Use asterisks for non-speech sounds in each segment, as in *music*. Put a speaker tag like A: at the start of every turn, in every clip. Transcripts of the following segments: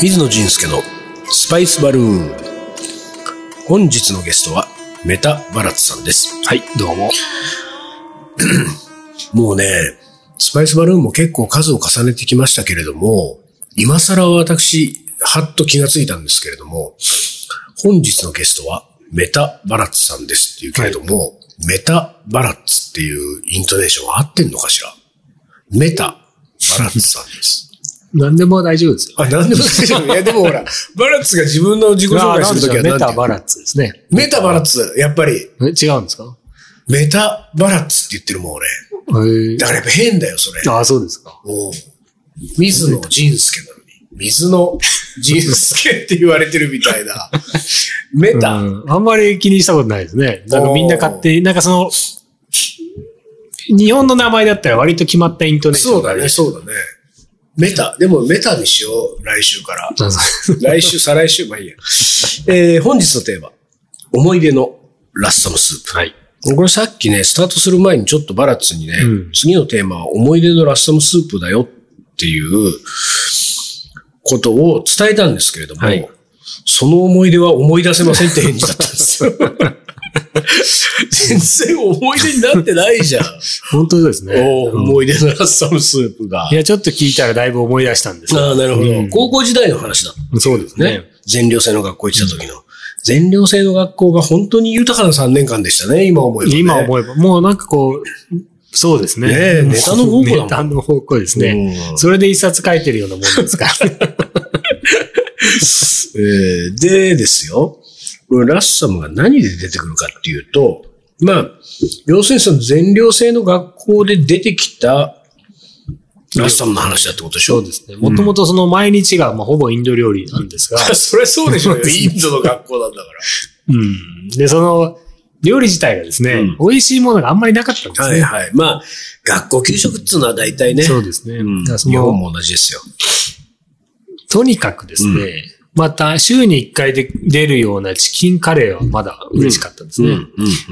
A: 水野仁介のスパイスバルーン。本日のゲストは、メタバラツさんです。はい、どうも。 *clears throat* もうね、スパイスバルーンも結構数を重ねてきましたけれども、今更は私、はっと気がついたんですけれども、本日のゲストは、メタバラツさんですっていうけれども、メタバラツっていうイントネーションは合ってんのかしらメタバラツさんです。
B: 何でも大丈夫ですよ。
A: あ、なんでも大丈 *laughs* 夫。いや、でもほら、バラッツが自分の自己紹介するときは
B: メ
A: なんて
B: タ
A: 言う
B: バラッツですね。
A: メタバラッツ、やっぱり、
B: え違うんですか
A: メタバラッツって言ってるもん、俺。
B: えー
A: だからやっぱ変だよ、それ。
B: ああ、そうですか。
A: おう水野仁介なのに。水野仁介って言われてるみたい *laughs* な。メ
B: うん
A: タ。
B: あんまり気にしたことないですね。なんかみんな勝手に、なんかその、日本の名前だったら割と決まったイントネーショ
A: そ
B: ン
A: うだ
B: があ
A: ね、
B: る
A: そうだね。メタ。でもメタにしよう、来週から。
B: あそう
A: 来週、再来週、まあいいや。えー、本日のテーマ。思い出のラストのスープ。はい。これさっきね、スタートする前にちょっとバラッツにね、
B: うん
A: 次のテーマは思い出のラストのスープだよっていうことを伝えたんですけれども、
B: はい
A: その思い出は思い出せませんって返事だったんです
B: *laughs*
A: よ。全然思い出になってないじゃん。
B: 本当ですね。
A: お
B: うん
A: 思い出のラストのスープが。
B: いや、ちょっと聞いたらだいぶ思い出したんですよ
A: ああ、なるほど、
B: うん
A: 高校時代の話だった。
B: そうです
A: ね
B: ね。。
A: 全寮制の学校行ってた時の。全寮制の学校が本当に豊かな3年間でしたね、今思えば、ね。
B: 今思えば、もうなんかこう、そうですね。
A: ねえネタの宝庫だもん
B: ネタの方向ですね。
A: うん
B: それで一冊書いてるようなもんですから。
A: えーでですよ、これラッサムが何で出てくるかっていうと、まあ、要するにその全寮制の学校で出てきたラッサムの話だってことでしょ
B: そうですね。もともとその毎日が、まあ、ほぼインド料理なんです
A: *laughs*
B: が、
A: *laughs* そりゃそうでしょ *laughs* うよ。インドの学校なんだか
B: うん。で、その、料理自体がですね、
A: うん
B: 美味しいものがあんまりなかったんで
A: ら。
B: す
A: は
B: ね。
A: いはい。まあ、学校給食っていうのは大体ね。
B: そうですね。
A: うん
B: だからそ
A: 日本
B: の
A: も同じですよ。
B: とにかくですね、
A: うん
B: また週に1回で出るようなチキンカレーはまだ嬉しかったんですね。
A: う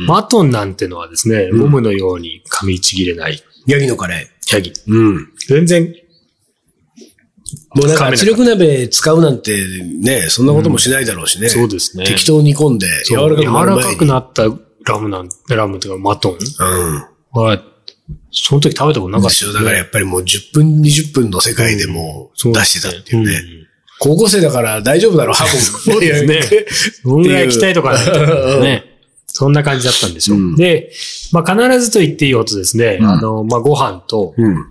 A: ん
B: マトンなんてのはですね、
A: ん
B: ゴムのように噛みちぎれない
A: ヤギのカレ
B: ヤギ。
A: ー。うん。
B: 全然、
A: もうなんか
B: カメラ
A: 圧力鍋使うなんてね、そんなこともしないだろうしね。
B: そうですね。
A: 適当に煮込んで、柔
B: そ
A: ら
B: う
A: かくなる前に。
B: なったラムなん、ラムというかマトンは、その時食べたこと
A: う。
B: なんかった
A: です
B: ですね、
A: よ。だからやっぱりもう10分、20分の世界でもう出してたっていうね。
B: ん
A: 高校生だから大丈夫だろう、ハブ。そう
B: ですねそんぐらい期待とかない
A: *laughs*
B: とね。そんな感じだったんでしょう。
A: うん
B: で、まあ必ずと言っていいほどですね、
A: うん
B: あの、まあご飯と
A: うん。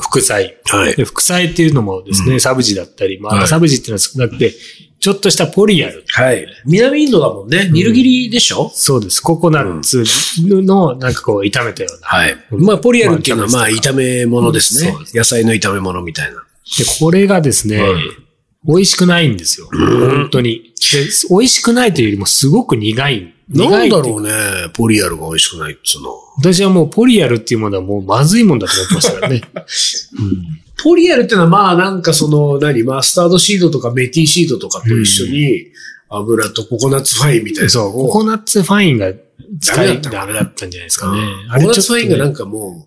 B: 副菜。
A: はい。
B: で副菜っていうのもですね、サブジだったり、ま
A: は
B: あ
A: い
B: サブジっていうのは少なくて、ちょっとしたポリアル。
A: はい。南インドだもんね。ニルギリでしょ
B: そうです。ココナッツのなんかこう炒めたような。
A: はい。まあ、ポリアルっていうのはま
B: ま
A: あ、
B: あ
A: 炒め物ですね
B: うんそうで。
A: 野菜の炒め物みたいな。
B: で、これがですね、
A: はい
B: 美味しくないんですよ。
A: ん
B: 本当に。で、美味しくないというよりもすごく苦い。
A: な
B: 苦い
A: ん
B: って
A: だ
B: いう
A: ろうね、ポリアルが美味しくないっつうの。
B: 私はもうポリアルっていうものはもうまずいもんだと思ってましたからね。
A: ポリアルってのはまあなんかその、何、マスタードシードとかメティシードとかと一緒に油とココナッツファインみたいな。
B: そう、ココナッツファインが使い
A: ダ
B: ダメだったんじゃないですかね。
A: ココナッツファインがなんかもう、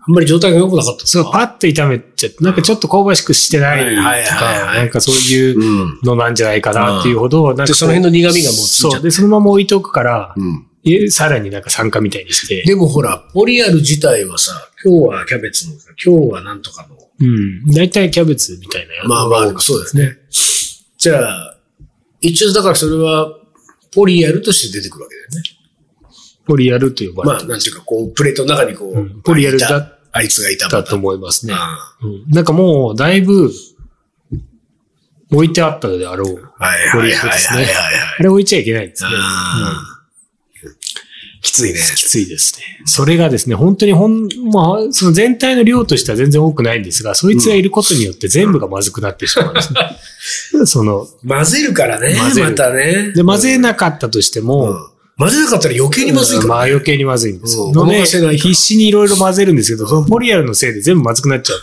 A: あんまり状態が良くなかった
B: そう、パ
A: ッ
B: ッと炒めちゃって、なんかちょっと香ばしくしてないと
A: はいはいはいは
B: か、
A: い
B: なんかそういう
A: うん。
B: のなんじゃないかなっていうほど、なんかこ
A: で、
B: う
A: その辺の苦味がもうついちゃっ
B: そう、
A: て。
B: で、そのまま置いとくから、
A: うん
B: えさらになんか酸化みたいにして、
A: でもほら、ポリアル自体はさ、今日はキャベツの、今日はなんとかの。
B: うん。大体キャベツみたいなやつ
A: まあまあ、そうですね。じゃあ、一応だからそれは、ポリアルとして出てくるわけだよね。
B: ポリアルと呼ばれて
A: まあ、なんていうか、こう、プレートの中にこ
B: う、
A: うん
B: ポリアルだ
A: あいたあいつがいた
B: だと思いますね。
A: あ
B: うんなんかもう、だいぶ、置いてあったであろう。
A: あはい
B: ポ
A: はい
B: リア
A: は
B: ル
A: い
B: です
A: は
B: ね
A: いはいはい。
B: あれ置いちゃいけないんですね。
A: あーきついね。
B: きついですね。それがですね、本当にほん、まあ、その全体の量としては全然多くないんですが、そいつがいることによって全部がまずくなってしまうんです
A: *laughs*
B: ね。その、
A: 混ぜるからね。
B: 混ぜる
A: またね。
B: で、混ぜなかったとして
A: うん、
B: も、
A: 混ぜなかったら余計にまずいか
B: まあ
A: ら、ね。
B: 余計にまずいんです
A: うん
B: よ。の
A: ごま
B: で、
A: かせないから
B: 必死にいろいろ混ぜるんですけど、そのポリアルのせいで全部まずくなっちゃう。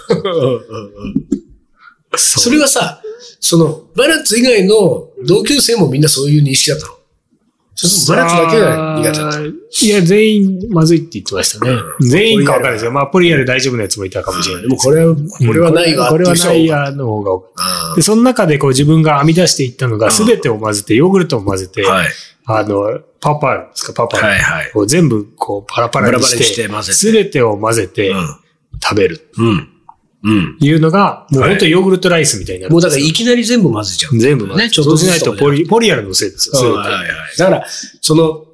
A: *laughs* それはさ、その、バラッツ以外の同級生もみんなそういう認識だったの。それともバラッツだけが苦手だった
B: あーいや、全員まずいって言ってましたね。全員かわかんないですよ。まあ、ポリアル大丈夫なやつもいたかもしれない。
A: でもこれは、これはないわ
B: これは
A: って
B: な
A: う
B: い
A: 人が多かっ
B: やの方が多かった
A: た
B: で、その中でこう自分が編み出していったの
A: う
B: が、
A: ん
B: すべてを混ぜて、ヨーグルトを混ぜて、
A: うんはい。
B: あの、パパですか、パパ。
A: はいはい。
B: こう全部こうパラパ
A: バ
B: ラ
A: ラ
B: に
A: バラに
B: し
A: して
B: て、
A: 混ぜて。
B: すべてを混ぜて食べる。
A: うん。うん。
B: いうのが、もう
A: はい
B: 本当にヨーグルトライスみたいにな
A: うん。
B: る
A: も
B: ん
A: う
B: で
A: だ
B: す
A: から
B: よ。
A: いきなり全部混ぜちゃう。
B: 全部混ぜ
A: ね
B: て。
A: ちょっ
B: そう
A: と
B: し
A: ずつ
B: ないとポリ、ポリアルのせいですよ。
A: うん
B: 全て
A: はいはい。だから、その、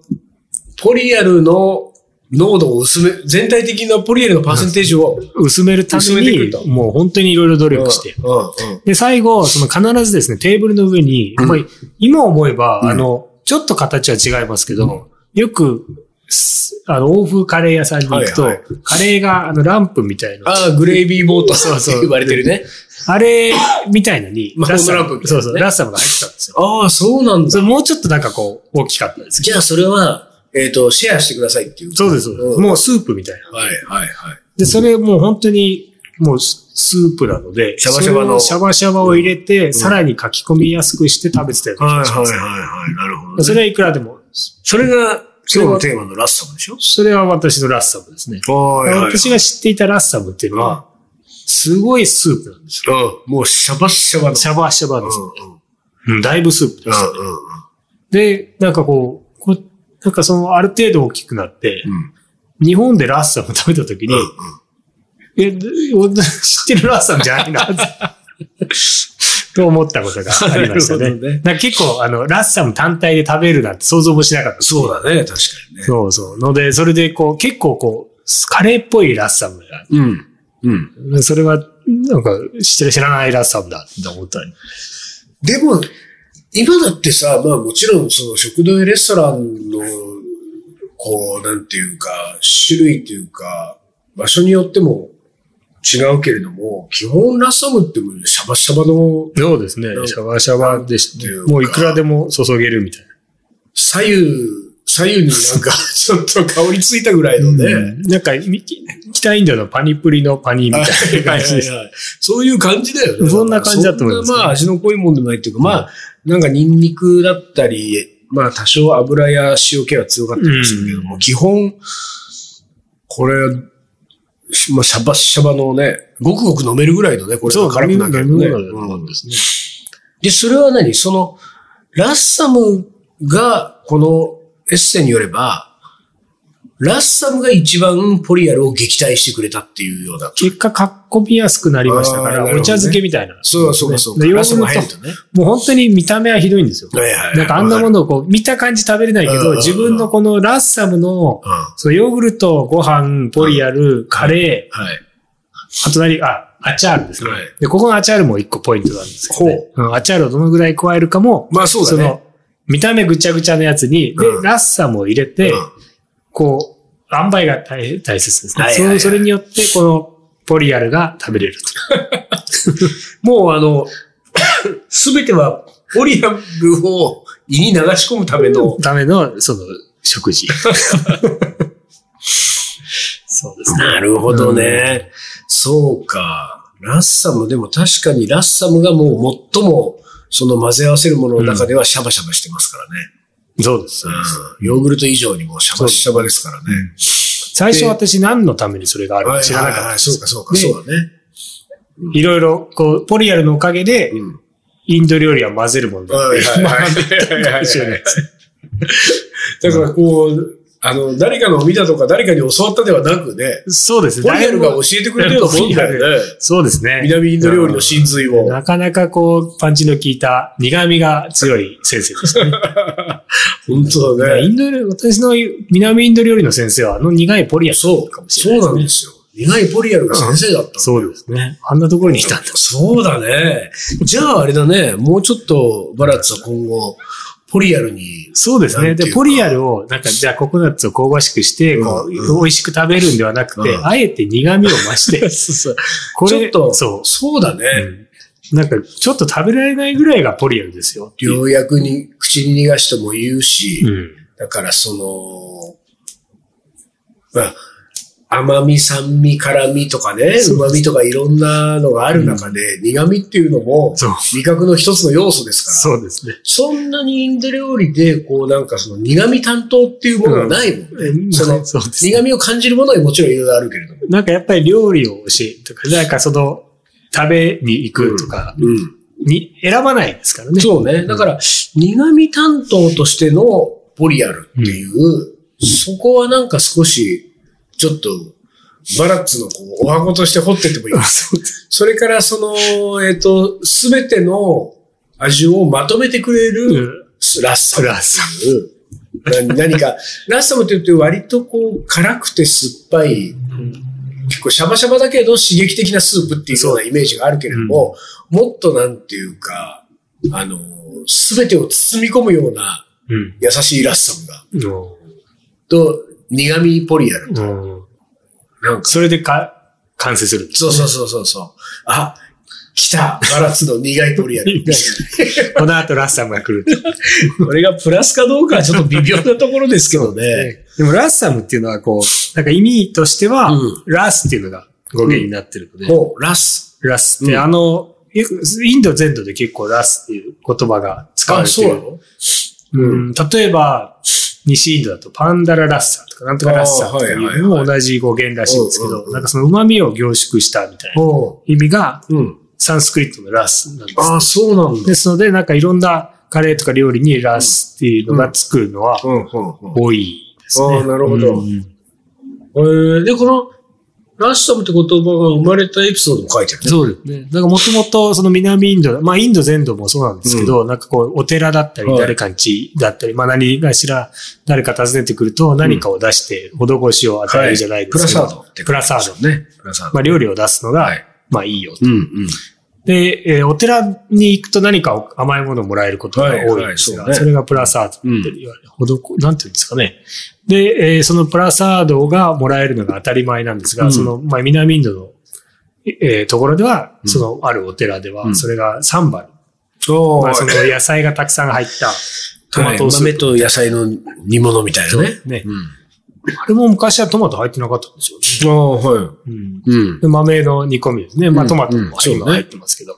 A: ポリアルの濃度を薄め、全体的なポリアルのパーセンテージを
B: 薄めるた
A: 薄
B: め
A: めてくる
B: に
A: と、
B: もう本当にいろいろ努
A: 努
B: 力して。
A: うん。うん
B: で、最後、その必ずですね、テーブルの上に、
A: うん
B: まあ今思えば、
A: うん
B: あの、ちょっと形は違いますけど、よく、すあの、欧風カレー屋さんに行くと、
A: はいはい
B: カレーが、あの、ランプみたいな、
A: ああ、グレービーボート
B: そう
A: って
B: そう
A: 言われてるね。
B: あれみたいのに、
A: 魔法の
B: ラッサム
A: ランプみたいなね
B: そうそう、ラッサムが入ってたんですよ。
A: ああ、そうなん
B: それ。もうちょっとなんかこう、大きかったですけ
A: じゃあそれは、えっと、シェアしてくださいっていう。
B: ど。そうです、そうです。
A: ん
B: もうスープみたいな。
A: はいはいはい。
B: で、それもう本当に、もうススープなので、
A: シャバシャバの
B: それをシャバシャバを入れて、さらに書き込みやすくして食べてたような気がします
A: はい。なるほ
B: それはいくらでも、
A: それが今日のテーマのラッサムでしょ
B: それは私のラッサムですね。
A: は
B: 私が知っていたラッサムっていうのは、すごいスープなんです
A: うん。もうシャバシャバ
B: よ。
A: の。
B: シャバシャバですね。
A: うんうん
B: うんだいぶスープです。
A: うんうん
B: で、なんかこう、こうなんかその、ある程度大きくなって、
A: うん。
B: 日本でラッサム食べた時に、
A: うんうん
B: え、でお知ってるラッサムじゃないな、
A: *laughs*
B: と思ったことがありました
A: な
B: ね
A: るほどね。
B: なんか結構、あの、ラッサム単体で食べるなんて想像もしなかったです。
A: そうだね、確かにね。
B: そうそう。ので、それでこう、結構こう、カレーっぽいラッサムが
A: うん。うん。
B: それは、なんか、知らないラッサムだって思ったり。
A: でも、今だってさ、まあもちろんその食堂やレストランの、こう、なんていうか、種類というか、場所によっても違うけれども、基本ラッサムってもうシャバシャバの
B: そうですね
A: うん。
B: シャワーシャワーでし
A: っていうか
B: もういくらでも注げるみたい
A: 左右、左右になんかちょっと香りついたぐらいのね。
B: な。うんなんか、み北インドのパニプリのパニみたいな感じ *laughs* です。
A: はいはいはいそういう感じだよね。
B: そんな感じだと思います
A: そんなまあ味の濃いもんでもないっていうか、まあ、なんかニンニクだったり、まあ多少油や塩気は強かったりするけども、
B: うん
A: 基本、これ、しまあ、シャバシャバのね、ごくごく飲めるぐらいのね、これが辛くなければね。うん
B: ですね。
A: で、それは何その、ラッサムが、このエッセイによれば、ラッサムが一番ポリアルを撃退してくれたっていうような。
B: 結果、かっこみやすくなりましたか
A: あーなる
B: ら、
A: ほど
B: お
A: ね
B: 茶漬けみたいな。
A: そうかそうかそうか。
B: でヨ
A: ラッ
B: ー
A: サ
B: グ
A: ム
B: ル
A: が入る
B: ト、
A: とね。
B: もう本当に見た目はひどいんですよ。
A: はいはいはい
B: なんかあんなものをこう、見た感じ食べれないけ
A: うんうんう
B: ど、
A: ん
B: 自分のこのラッサムの、
A: うん。は
B: そのヨーグルト、ご飯、ポリアル、カレー、
A: い。
B: あと何あ、アチャールですね。
A: はい
B: で、ここのアチャールも一個ポイントなんですけど、ねうんアチャールをどのぐらい加えるかも、
A: まあそうだね。
B: の、見た目ぐちゃぐちゃのやつに、で、
A: うん
B: ラッサムを入れて、
A: うん
B: こう、塩梅が大大切ですね、
A: はいはいはい
B: そのそれによって、この、ポリアルが食べれると。
A: *laughs* もうあの、すべてはポリアルを胃に流し込むための。
B: ための、その、
A: *laughs*
B: 食事。そうですね。
A: なるほどね。そうか。ラッサムでも確かにラッサムがもう最もその混ぜ合わせるものの中ではシャバシャバしてますからね。
B: そうです。そうです
A: うんヨーグルト以上にもシャバシャバですからね。
B: 最初私何のためにそれがある
A: は
B: か
A: い
B: 知らなかっ
A: はい
B: た
A: は
B: ん
A: い
B: で
A: そう
B: す。
A: かそうか、そうだね。
B: いろいろ、こう、ポリアルのおかげで、
A: うん
B: インド料理は混ぜるものだって
A: はい
B: *laughs*
A: はいはい
B: 学んだかもしれないです
A: だからこう、あの、誰かのを見たとか誰かに教わったではなくね、
B: そうですね。
A: ポリアルが
B: だい
A: 教
B: ぶ
A: えてくれたようなもんだよね。
B: そうですね。
A: 南インド料理の真髄を。
B: なかなかこう、パンチの効いた苦味が強い先生でしたね。
A: 本当
B: だか
A: だ
B: ら
A: ね。
B: インド料理、私の南インド料理の先生はあの苦いポリアル
A: そう、
B: かもし
A: そ
B: れ
A: う
B: ない
A: なん
B: で
A: です
B: ね。
A: すよ。苦いポリアルが先生だった。
B: そうですね。あんなところにいたんだ。
A: そうだね。じゃああれだね、もうちょっとバラッツは今後、ポリアルに、
B: そうです
A: なん
B: ね。
A: ていう
B: で、
A: か
B: ポリアルを、なんか、じゃあココナッツを香ばしくして、こう、
A: うんうん
B: 美味しく食べるんではなくて、
A: うん
B: あえて苦味を増して、こ
A: ちょ
B: れ、
A: っと、
B: そう。
A: そうだ
B: う
A: ね。
B: んなんか、ちょっと食べられないぐらいがポリアルですよ。
A: ようやくに、口に逃がしても言うし、
B: うん。
A: だからその、まあ、甘み、酸味、辛味とかね、
B: そう
A: 旨味とかいろんなのがある中で、苦味っていうのも
B: そう、
A: 味覚の一つの要素ですから。
B: そうですね。
A: そんなにインド料理で、こうなんかその苦味担当っていうものがないもんね。その
B: そうですね
A: 苦味を感じるものにもちろんいろいろあるけれども。
B: なんかやっぱり料理を教えるとか、なんかその、食べに行くとか
A: う
B: に選ばないですからね。
A: ん。そうね。だから、苦味担当としてのボリアルっていう、そこはなんか少し、ちょっと、バラッツのこう、お箱として掘ってってもいい
B: あ。そうです。
A: それから、その、えっ、と、すべての味をまとめてくれ
B: う
A: る、
B: ん
A: ラッサムっていう。な何か、ラッサムって言うと割とこう、辛くて酸っぱい、結構シャバシャバだけど刺激的なスープっていうようなイメージがあるけれども、もっとなんていうか、あの、すべてを包み込むような
B: うん。
A: 優しいラッサムが、
B: うん
A: と、苦味ポリアル。
B: うん。
A: なんか、
B: それでか、完成
A: *laughs*
B: する。
A: そうそうそうそうそう。あ、来た、バラッツの苦いポリアル。
B: この後ラッサムが来る
A: *laughs*
B: と。
A: これがプラスかどうかはちょっと微妙なところですけどね。
B: でもラッサムっていうのはこう、なんか意味としては
A: うん、
B: ラスっていうのが語源になってるので、
A: もう、ラス。
B: ラスって、
A: うん
B: あの、よくインド全土で結構ラスっていう言葉が使われてる。
A: の
B: うん、例えば、西インドだとパンダララッサとか、なんとかラッサとかい
A: あーはいはいう
B: のも同じ語源らしいんですけ
A: うんうん
B: ど、
A: うん
B: なんかその旨味を凝縮したみたいな
A: う
B: 意味が
A: ん。
B: サンスクリットのラスなんです。
A: ああ、そうなんだ。
B: ですので、なんかいろんなカレーとか料理にラスっていうのがつくのは
A: うん、うん、うん。
B: 多いですね。
A: あーなるほど
B: うん
A: えー、で、この、ラッサムって言葉が生まれたエピソードも書いてあるね。
B: そうですね。なんかもともとその南インド、まあインド全土もそうなんですけど、なんかこうお寺だったり
A: はい
B: 誰かんちだったり、まあ何かしら誰か訪ねてくると何かを出して施しを与えるじゃないで
A: プ
B: す
A: ラ
B: か。
A: サードって
B: プラサード。
A: ド。ね。プラサード。
B: まあ料理を出すの
A: は
B: が
A: い、
B: まあいいよ。
A: うん、うん。
B: で、えーお寺に行くと何か甘いものをもらえることが多いんです
A: はいはいそう
B: が、
A: ね
B: それがプラサードって言われる。ほどこ、なんていうんですかね。で、えーそのプラサードがもらえるのが当たり前なんです
A: う
B: が、
A: ん
B: その、まあ南インドの、えーところでは、
A: ん
B: そのあるお寺で
A: う
B: は、
A: ん
B: それがサンバル。
A: そう。
B: まあその野菜がたくさん入ったトマトス
A: 豆
B: ープ。
A: と野菜の煮物みたいなね。
B: ね。
A: うん。
B: あれも昔はトマト入ってなかったんですよね。
A: ああ、はい。
B: うん
A: うん。
B: で豆の煮込みですね。ま
A: う
B: あ
A: ん
B: トマトも
A: うん
B: 今入ってますけど。
A: う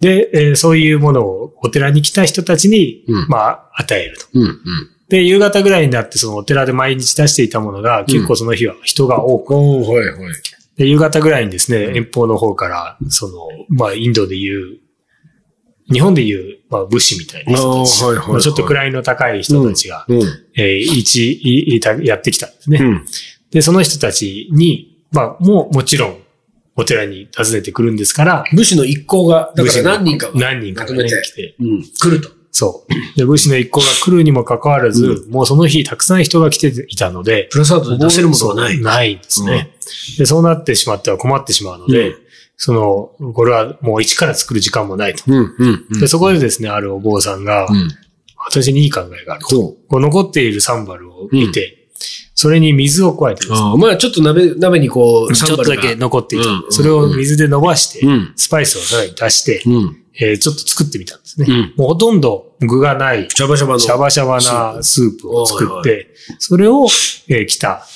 B: で、えーそういうものをお寺に来た人たちに、
A: うん
B: まあ、与えると。
A: ん。うん。
B: で、夕方ぐらいになって、そのお寺で毎日出していたものが、結構その日は人が多く、
A: おーはい、はい。
B: で、夕方ぐらいにですね、
A: うん
B: 遠方の方から、その、まあ、インドでいう、日本でいう、まあ、武士みたいな人たち、
A: あーはいはいはい
B: まあちょっと位の高い人たちが、
A: うん。
B: えー一いいたやってきたんですね。
A: うん。
B: で、その人たちに、まあ、もう、もちろん、お寺に訪ねてくるんですから、
A: 武士の一行が、だ
B: 武
A: か
B: 士
A: ら何
B: の
A: 人かが、
B: 何人かが
A: ま
B: ね
A: とめて
B: 来て、
A: うん。来ると。
B: そう。で、武士の一行が来るにもかかわらず、もうその日たくさん人が来ていたので、
A: プラサードで出せるものはない。
B: ないんですね、で、そうなってしまっては困ってしまうので、
A: うん
B: その、これはもう一から作る時間もないと。
A: うん、うん。
B: で、そこでですね、あるお坊さんが、
A: うん。
B: 私にいい考えがあると。
A: そう。
B: こう残っているサンバルを見て、それに水を加えてですね、
A: ああ、まあちょっと鍋、鍋にこう、
B: ちょっとだけ
A: サンバルが
B: 残っていた、
A: うんうん
B: それを水で伸ばして、
A: うん
B: スパイスをさらに足して、
A: うん。
B: えーちょっと作ってみたんですね。
A: うん
B: もうほとんど具がない
A: シャバシャバの。
B: シャバシャバなスープを作
A: は
B: っ
A: いは
B: て、それを、えー来た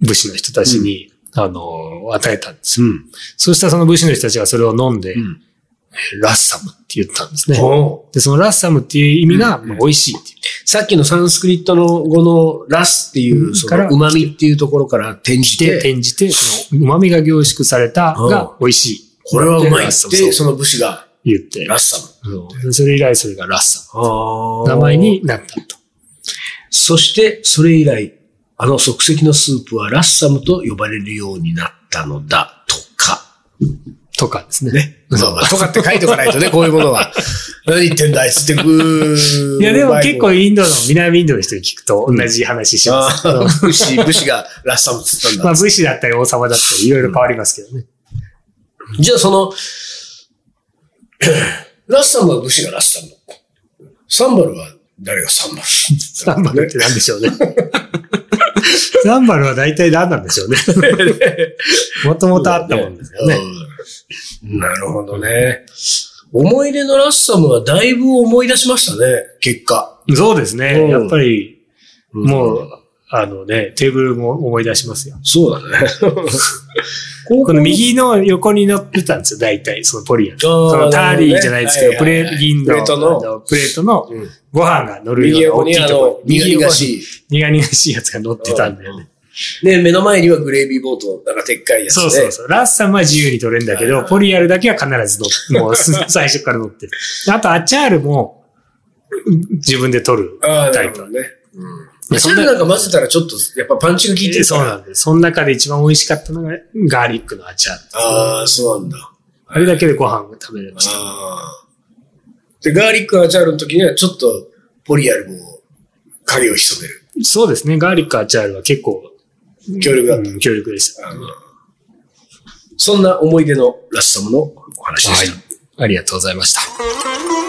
B: 武士の人たちに、あのー与えたんです
A: う
B: よ。
A: ん。
B: そうしたらその武士の人たちがそれを飲んで、
A: うん
B: ラッサムって言ったんですね。
A: ほ
B: で、そのラッサムっていう意味が、
A: うん
B: まあ美味しいっていう
A: さっきのサンスクリットの語のラスっていうう、
B: ん
A: そ
B: か
A: の
B: ら
A: 旨味っていうところから転じ
B: で、
A: て、
B: 転じて、その旨味が凝縮されたが美味しい。
A: これはうまいっ
B: ラッ
A: て、
B: サムそう
A: その武士が、
B: 言って、
A: ラッサム。
B: うんそれ以来それがラッサ
A: あ
B: ム。名前。になったと。
A: そして、それ以来、あの即席のスープはラッサムと呼ばれるようになったのだ、とか。
B: とかですね。
A: ね。とかって書いておかないとね、こういうもの *laughs* は。何言ってんだ、あいつ *laughs* ってぐー
B: いや、でも結構インドの、南インドの人に聞くと同じ話しま
A: あ
B: す。
A: あ、 *laughs* 武士、武士がラッサムっつったんだ
B: まあ、。武士だったり王様だったり、いろいろ変わりますけどね。
A: じゃあその、 *coughs* ラッサムは武士がラッサム。サンバルは誰がサンバル
B: サンバルって何でしょうね。 *laughs* サンバルは大体何なんでし *laughs* ょうね。もともとあったもんですよね。
A: うんなるほどね。思い出のラッサムはだいぶ思い出しましたね、結果。
B: そうですね。
A: うん
B: やっぱり、も
A: うん
B: う、あのね、テーブルも思い出しますよ。
A: そうだ
B: *laughs*
A: ね。
B: この右の横に乗ってたんですよ、大体、そのポリアン。そのターリーじゃないですけど、プレート、銀
A: プレートの
B: の、あのプレートの
A: うん
B: ご飯が乗る
A: 右
B: よう
A: 横
B: な大き
A: に
B: い
A: あ
B: とこ
A: の
B: ろ、、
A: 右
B: 横
A: が
B: に
A: し。
B: 苦々しいやつが乗ってたんだよね。
A: で、目の前にはグレービーボート、なんかでっかいやつ
B: そ
A: ね。
B: うそうそう。ラッサンは自由に取れるんだけ
A: はい
B: ど
A: は、い
B: ポリアルだけは必ず
A: *laughs*
B: 乗って、もう最初から乗ってる。であと、アチャールも自分で取る
A: ああ、な
B: タ
A: る
B: イ
A: ほど。
B: プ
A: ね。う
B: で
A: ん。そ
B: そ
A: れで
B: んな
A: なんか混ぜたらちょっと、やっぱパンチが効いてる
B: そ
A: か
B: う
A: ら。
B: なんです。その中で一番美味しかったのがガーリックのアチャール。
A: ああ、そうなんだ。
B: あれだけでご飯が食べれました。
A: ああ。で、ガーリックアチャールの時にはちょっと、ポリアルも影を潜める。
B: そうですね。ガーリックアチャールは結構、
A: 強力だった
B: うん強力でした。
A: あのそんな思い出のラスサムのお話でした。
B: ありがとうございました。
C: Thank you.